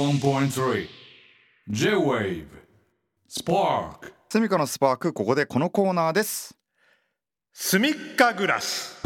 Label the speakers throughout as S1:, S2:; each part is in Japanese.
S1: 81.3 J-Wave Spark
S2: セミカのスパークここでこのコーナーです
S3: スミッカグラス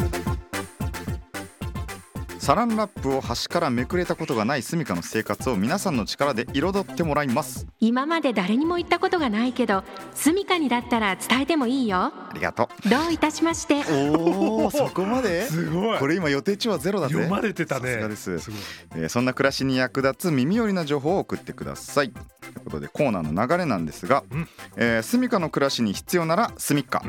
S2: サランラップを端からめくれたことがないスミカの生活を皆さんの力で彩ってもらいます
S4: 今まで誰にも言ったことがないけど住処にだったら伝えてもいいよ
S2: ありがと
S4: どういたしまして
S2: うおおそこまです
S3: ごい
S2: これ今予定値はゼロだぜ
S3: 読まれてたね
S2: さすがです
S3: ごい
S2: えーそんな暮らしに役立つ耳寄りな情報を送ってくださいということでコーナーの流れなんですが
S3: うん
S2: 「えースミカの暮らしに必要ならスミカ」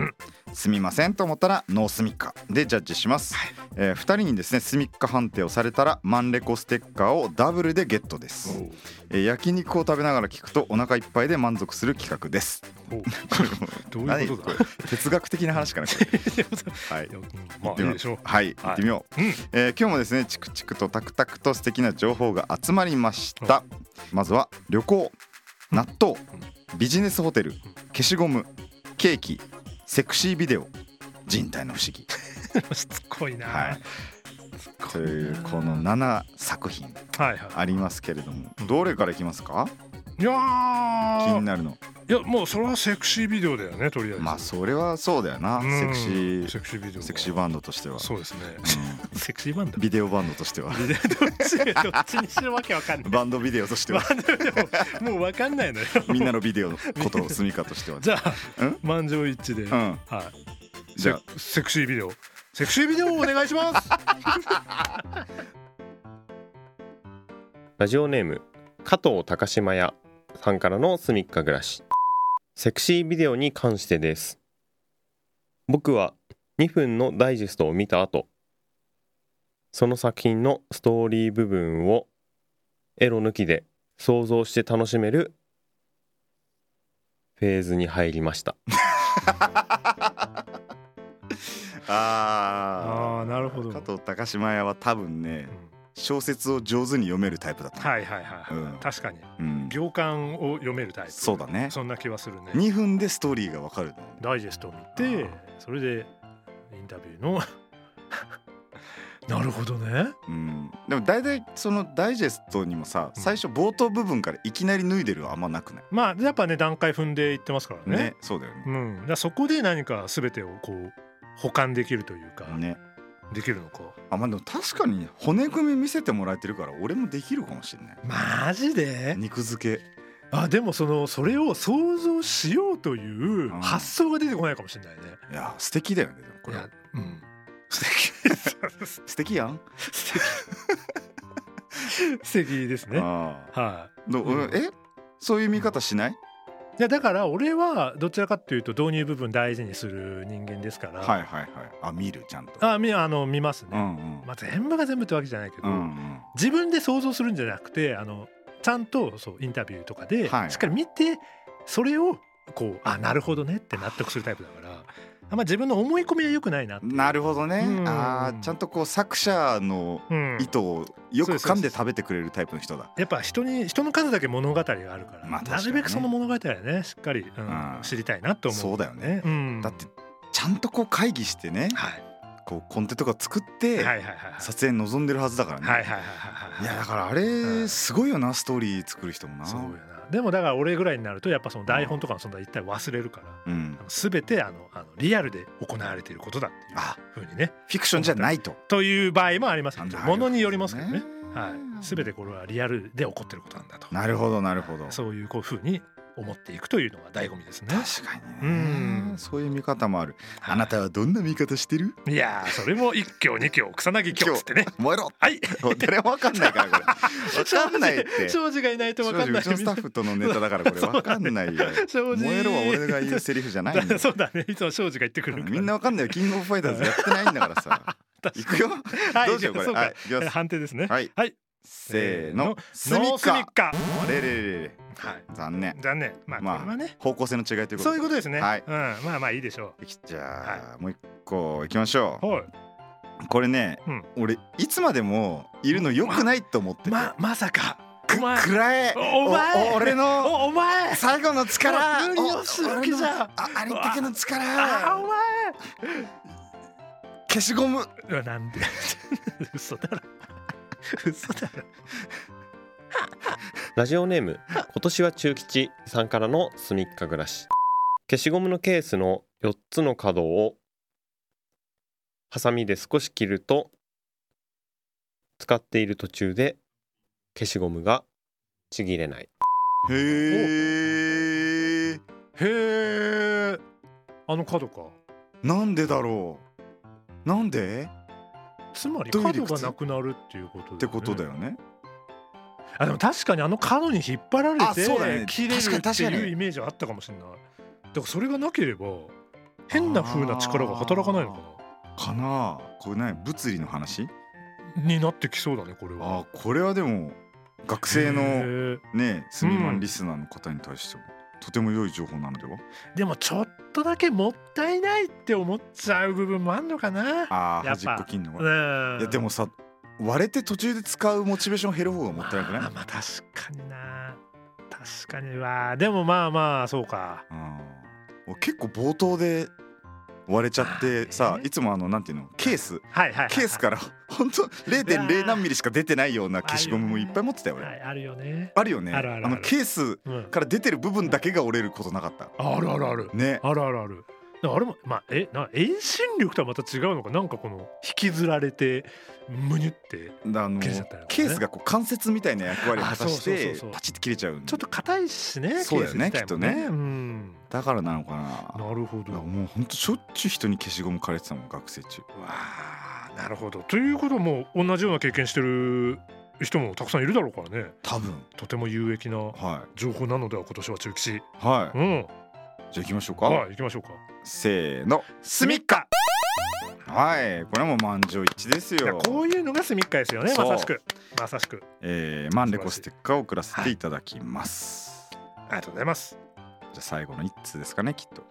S2: すみません」と思ったら「ノースミカ」でジャッジします、え2人にですねスミカ判定をされたらマンレコステッカーをダブルでゲットです、えー焼肉を食べながら聞くとお腹いっぱいで満足する企画です
S3: おうどうい
S2: 何
S3: うことだ
S2: これ 哲学的な話かなこ れはい
S3: いやうん
S2: 行
S3: ま
S2: っ
S3: あ
S2: て
S3: いい
S2: み
S3: でしょ
S2: よ
S3: う
S2: うはい行ってみよう、
S3: うん
S2: えー今日もですねチクチクとタクタクと素敵な情報が集まりました、まずは旅行納豆ビジネスホテル消しゴムケーキセクシービデオ人体の不思議
S3: しつこいな、
S2: はい
S3: しつこ
S2: と
S3: いな
S2: いうこの7作品
S3: はいは
S2: ありますけれどもどれからいきますか
S3: いいや
S2: 気
S3: ー
S2: になるの
S3: いやもうそれはセクシービデオだよねとりあえず
S2: まあそれはそうだよな
S3: うん
S2: セクシ
S3: セ
S2: ー
S3: クシービデオ
S2: セクシーバンドとしては
S3: そうですね
S2: う
S3: セクシーバンド
S2: んビデオバンドと しては
S3: ビデオどっちどっちにしろわけわかんない
S2: バンドビデオとして
S3: バ
S2: は
S3: ンドで ももうわかんないのよ
S2: みんなのビデオのことを住みかとしては
S3: じゃあ
S2: ん
S3: 満場一致で、
S2: う
S3: は
S2: ん
S3: い
S2: じゃあ
S3: セセクシービデオセクシービデオお願いします
S5: ラジオネーム加藤高島屋さんからのすみっか暮らしセクシービデオに関してです僕は2分のダイジェストを見た後その作品のストーリー部分をエロ抜きで想像して楽しめるフェーズに入りました
S2: あ
S3: あーなるほど
S2: 加藤高島屋は多分ね
S3: うん
S2: 小説を上手に読めるタイプだった、
S3: はいはいはい、はい
S2: うん
S3: 確かに
S2: うん、
S3: 行間を読めるタイプ
S2: そうだね
S3: そんな気はするね
S2: 2分でストーリーがわかるの
S3: ダイジェストを見てそれでインタビューの なるほどね
S2: うん、でも大体そのダイジェストにもさ
S3: うん
S2: 最初冒頭部分からいきなり脱いでるはあんまなくない
S3: まあやっぱね段階踏んでいってますからね
S2: ねそうだよね
S3: うん、だからそこで何か全てをこう保管できるというか、
S2: ね
S3: できるのか
S2: あまあでも確かに骨組み見せてもらえてるから俺もできるかもしれない
S3: マジで
S2: 肉付け
S3: あでもそのそれを想像しようという
S2: うん
S3: 発想が出てこないかもしれないね、
S2: いや素敵だよねでもこ
S3: こ
S2: れ
S3: れ うん
S2: 素敵素敵やん
S3: 素敵ですねはい、
S2: ああどううん
S3: うん
S2: えそういう見方しない
S3: いやだから俺はどちらかというと導入部分大事にする人間ですから、
S2: はいはいはいあ見るちゃんと
S3: あみあの見ます
S2: う
S3: ね、
S2: んうん
S3: まあ、全部が全部ってわけじゃないけど、
S2: うん
S3: 自分で想像するんじゃなくてあのちゃんとそうインタビューとかでしっ
S2: はい
S3: かり見て、それをこうあなるほどねって納得するタイプだからあんま自分の思い込みは良くないなって
S2: うんなるほどね
S3: うん
S2: あーちゃんとこう作者の
S3: うん、
S2: 意図をよく噛んで食べてくれるタイプの人だ
S3: やっぱ人に人の数だけ物語があるから、
S2: まあ確かにね
S3: なるべくその物語はねしっかり、うん
S2: うん
S3: 知りたいなと思う、
S2: そうだよね
S3: うん、
S2: だってちゃんとこう会議してね
S3: はい、
S2: こうコンテとか作っ
S3: はいはい
S2: て
S3: はいはい
S2: 撮影に臨んでるはずだからね
S3: はいはいはいはいはい
S2: いやだからあ
S3: う
S2: れ
S3: ん
S2: すごいよなストーリー作る人もな
S3: そうやなでもだから俺ぐらいになるとやっぱその台本とかの存在一体忘れるから
S2: うん
S3: あの全てあのあのリアルで行われていることだっていう
S2: あ
S3: ふうにね
S2: フィクションじゃないと
S3: という場合もありますけど
S2: なるほど
S3: ものによりますけどね
S2: ね
S3: はい、全てこれはリアルで起こってることなんだと
S2: なるほどなるほど
S3: そういうこういうふうに思っていくというのが醍醐味ですね。
S2: 確か
S3: う
S2: にね
S3: ん
S2: そういう見方もある
S3: はい
S2: あなたはどんな見方してる
S3: いやーそれも一挙二挙草薙挙っつってね。
S2: 燃えろ
S3: はい
S2: 誰もわかんないからこれわかんないって
S3: 庄司がいないと分かんな
S2: う
S3: い
S2: ちのスタッフとのネタだからこ れわかんないよ
S3: 庄司
S2: 燃えろは俺が言うセリフじゃないんだよ
S3: そうだねいつも庄司が言ってくるから
S2: みんなわかんないよキングオブファイターズやってないんだからさ
S3: 確
S2: 行くよ
S3: かに
S2: どうしようこ
S3: そ
S2: れ
S3: か
S2: はい行きます
S3: 判定ですね
S2: はい
S3: はい
S2: せーのスミ
S3: ノースミ
S2: カ
S3: ッカ
S2: あれれれれ
S3: はい
S2: 残念
S3: 残念まあこ
S2: まあ
S3: れはね
S2: 方向性の違いということ
S3: そういうことですね
S2: はい
S3: うんまあまあいいでしょ
S2: じゃあもう一個行きましょ
S3: うはい。
S2: うこれね
S3: うん
S2: 俺いつまでもいるの良くないと思ってて
S3: ままさかお前
S2: くらえ
S3: お前
S2: お俺の
S3: おお前
S2: 最後の力
S3: 無理をする気じゃ
S2: お俺
S3: ん
S2: のあありったけの
S3: あ
S2: 力
S3: お
S2: 消しゴム
S3: 前うわなんで嘘だろ嘘だろ
S5: ラジオネーム 今年は中吉さんからのすみっか暮らし消しゴムのケースの4つの角をハサミで少し切ると使っている途中で消しゴムがちぎれない
S2: へえ
S3: へえあの角か
S2: なんでだろうなんで
S3: つまり
S2: どういう理
S3: 角
S2: 屈
S3: がなくなるっていうことだよね
S2: ってことだよね
S3: あでも確かにあの角に引っ張られ
S2: あ
S3: て、
S2: そうだね
S3: 切れる
S2: 確かに
S3: って
S2: 確か
S3: いう
S2: に
S3: イメージはあったかもしれないだからそれがなければ変な風な力が働かないのか
S2: かなあこれね物理の話
S3: なになってきそうだねこれは
S2: あーこれはでも学生
S3: へ
S2: の
S3: ー
S2: ねスミマ
S3: うん
S2: ンリスナーの方に対してもとても良い情報なのでは
S3: でもちょっとだけもったいないって思っちゃう部分もあんのかな
S2: あー
S3: やっ
S2: 端
S3: ぱ
S2: っこ切んのが
S3: うん
S2: いやでもさ割れて途中で使うモチベーション減る方がもったいなくない
S3: まあ、まあ確かにな確かにはでもまあまあそうか
S2: あー俺結構冒頭で割れちゃってさ
S3: あー
S2: いつもあのなんていうのケー ス
S3: はいはいはい、
S2: ケースから本当0.0何ミリしか出てないような消しゴムもいっぱい持ってたよ
S3: は
S2: 俺
S3: い、あるよね、
S2: あるよね
S3: あるあるある
S2: のケース
S3: うん、
S2: から出てる部分だけが折れることなかった
S3: あるあるある
S2: ね
S3: あるあるある。だからあれもまあえな遠心力とはまた違うのかなんかこの引きずられてむにゅって
S2: だあの
S3: 切れちゃったよね
S2: ケースがこう関節みたいな役割を果たし
S3: あそうそう
S2: て
S3: そうそう
S2: パチッと切れちゃうん
S3: ちょっと硬いしね
S2: そうだよね
S3: ケース自体も
S2: き
S3: ね
S2: っと
S3: うん
S2: だからなのかな
S3: なるほ
S2: い
S3: ど
S2: や
S3: わ
S2: もうほんとしょっちゅう人に消しゴム枯れてたもん学生中
S3: あなるほどということも同じような経験してる人もたくさんいるだろうからね
S2: 多分
S3: とても有益な
S2: は
S3: 情報なのでは今年は中吉
S2: いは
S3: う
S2: い
S3: ん
S2: じゃあ行きましょうか
S3: はい行きましょうか
S2: せーの
S3: スミッカ
S2: はいこれはもう満場一致です
S3: いや
S2: よ
S3: こういうのがスミッカですよね
S2: そ
S3: ま
S2: う
S3: さしくまさしく
S2: えー、マンレコステッカーを送らせていただきます、
S3: ありがとうございます
S2: じゃあ最後の一通ですかねきっと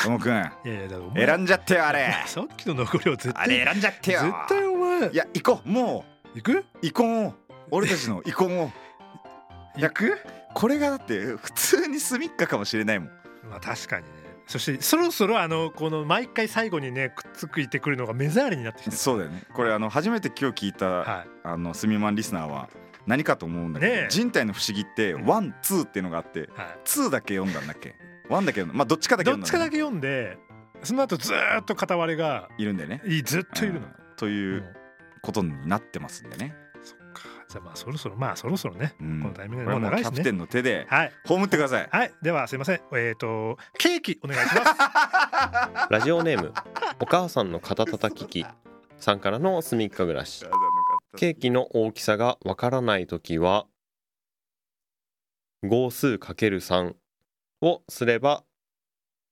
S2: ともくん
S3: いやいやだ からお前
S2: 選んじゃってよあれ
S3: さっきの残りは絶
S2: あ
S3: 対
S2: れ選んじゃってよ
S3: 絶対お前
S2: いや行こうも
S3: 行く
S2: う遺恨を俺たちの遺恨をいや
S3: 行く
S2: これがだって普通にスミッカかもしれないもん
S3: まあ確かにねそしてそろそろあのこの毎回最後にねくっつくいてくるのが目障りになってきてる
S2: そうだよねこれあの初めて今日聞いた、
S3: は
S2: あのスミマンリスナーは何かと思うんだけど、
S3: ねえ
S2: 人体の不思議って
S3: うん
S2: ワンツーっていうのがあって
S3: い、は
S2: ツーだけ読んだんだっけワンだけ読んだまあどっちかだ
S3: い、
S2: け
S3: ど
S2: 読ん
S3: っ
S2: だ
S3: ちかだ
S2: け
S3: け読んでその後ずーっと片割れが
S2: いるんだよね
S3: いいずっといるの、
S2: うんといううんことになってますんでね、
S3: そっかじゃあまあそろそろまあそろそろね
S2: うん
S3: このタイミング
S2: こ
S3: で
S2: れは
S3: もう
S2: もう
S3: 長
S2: キ
S3: いし
S2: ャプテ
S3: ね
S2: ンの手で
S3: はい
S2: 葬ってください
S3: はいではすいませんえっ、とケーキお願いし ます
S5: ラジオネームお母さんの肩たたき機さんからのすみっか暮らしケーキの大きさがわからないときは号数かける3をすれば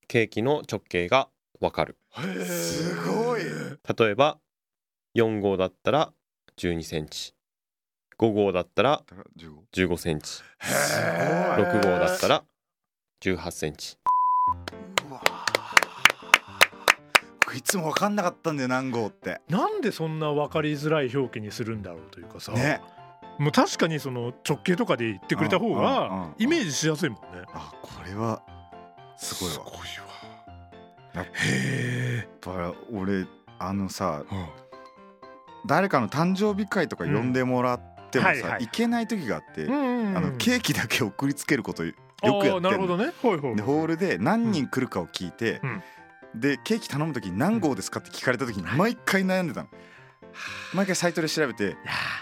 S5: ケーキの直径がわかる
S2: すごい
S5: 例えば4号だったら1 2センチ5号だったら
S2: 15
S5: 1 5センチ
S2: すごい
S5: 6号だったら1 8センチ
S2: うわこれいつも分かんなかったんだよ何号って
S3: なんでそんな分かりづらい表記にするんだろうというかさ、
S2: ね
S3: もう確かにその直径とかで言ってくれた方
S2: うんうんうん
S3: がイメージしやすいもんね
S2: あこれはすごいわやっ
S3: へえ、
S2: ぱ俺あのさ誰かの誕生日会とか呼んでもらってもさ、
S3: うんはいはいはい
S2: 行けない時があって、
S3: うんうんうん、
S2: あのケーキだけ送りつけることよくやって
S3: あ
S2: ん
S3: ーなるほ
S2: の
S3: どねほいほい
S2: でホールで何人来るかを聞いて、
S3: うん
S2: でケーキ頼む時に何号ですかって聞かれた時に毎回悩んでたの、毎回サイトで調べて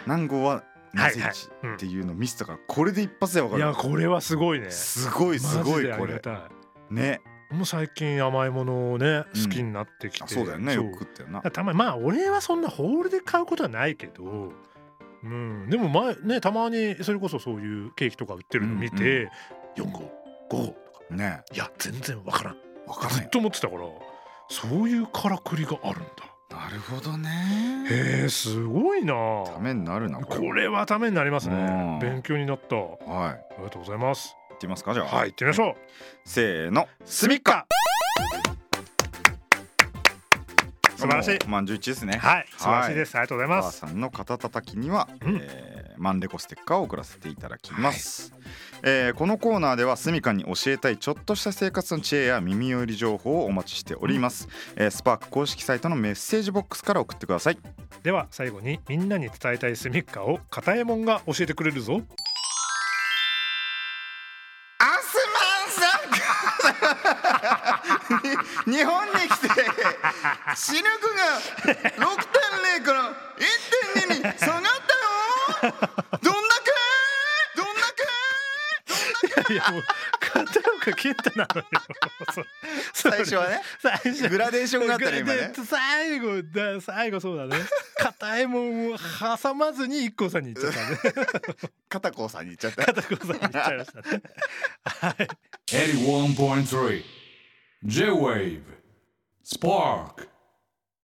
S2: 何号は何センチ
S3: はいはいうん
S2: っていうのを見せたからこれで一発で分か
S3: い
S2: る
S3: やこれはすごいね
S2: すごいすごいこ
S3: マジでありが
S2: れ
S3: た
S2: ね
S3: いもう最近甘いものをね
S2: うん
S3: 好きになってきて、
S2: あそうだよねよ
S3: そ
S2: く食ったよな
S3: だからたまにまあ俺はそんなホールで買うことはないけどうんでも前ねたまにそれこそそういうケーキとか売ってるの見て、4号5号とか
S2: ね
S3: いや全然わからん
S2: 分から
S3: ず
S2: な
S3: っ
S2: い
S3: と思ってたからそういうからくりがあるんだ
S2: なるほどね
S3: へえすごいな
S2: ためになるなこれ
S3: これはためになります
S2: うん
S3: ね勉強になったあ
S2: はい
S3: りがとうございます
S2: 行ってみますかじゃあ
S3: はい行ってみましょう
S2: せーの
S3: スミッカ素晴らしい
S2: もう満場一致ですね
S3: はい素晴らしいです、ありがとうござい
S2: お
S3: ま
S2: 母
S3: す
S2: さんの肩たたきには、
S3: うん
S2: えーマンレコステッカーを送らせていただきます、えーこのコーナーではスミカに教えたいちょっとした生活の知恵や耳寄り情報をお待ちしております、えースパーク公式サイトのメッセージボックスから送ってください
S3: では最後にみんなに伝えたいスミッカを片右衛門が教えてくれるぞ
S2: 日本に来て視力が6.0から1.2に下がったよどんだけどんだ
S3: いやもう片岡健太なのよ
S2: け最初はね
S3: 最初
S2: グラデーションがあったね今ね
S3: で最後だ最後そうだね硬いもんを挟まずに一光さんに行っちゃ ったね
S2: 片子さんに言っちゃった
S3: 片岡さんに行っちゃいましたねはい
S1: 81.3 J-Wave Spark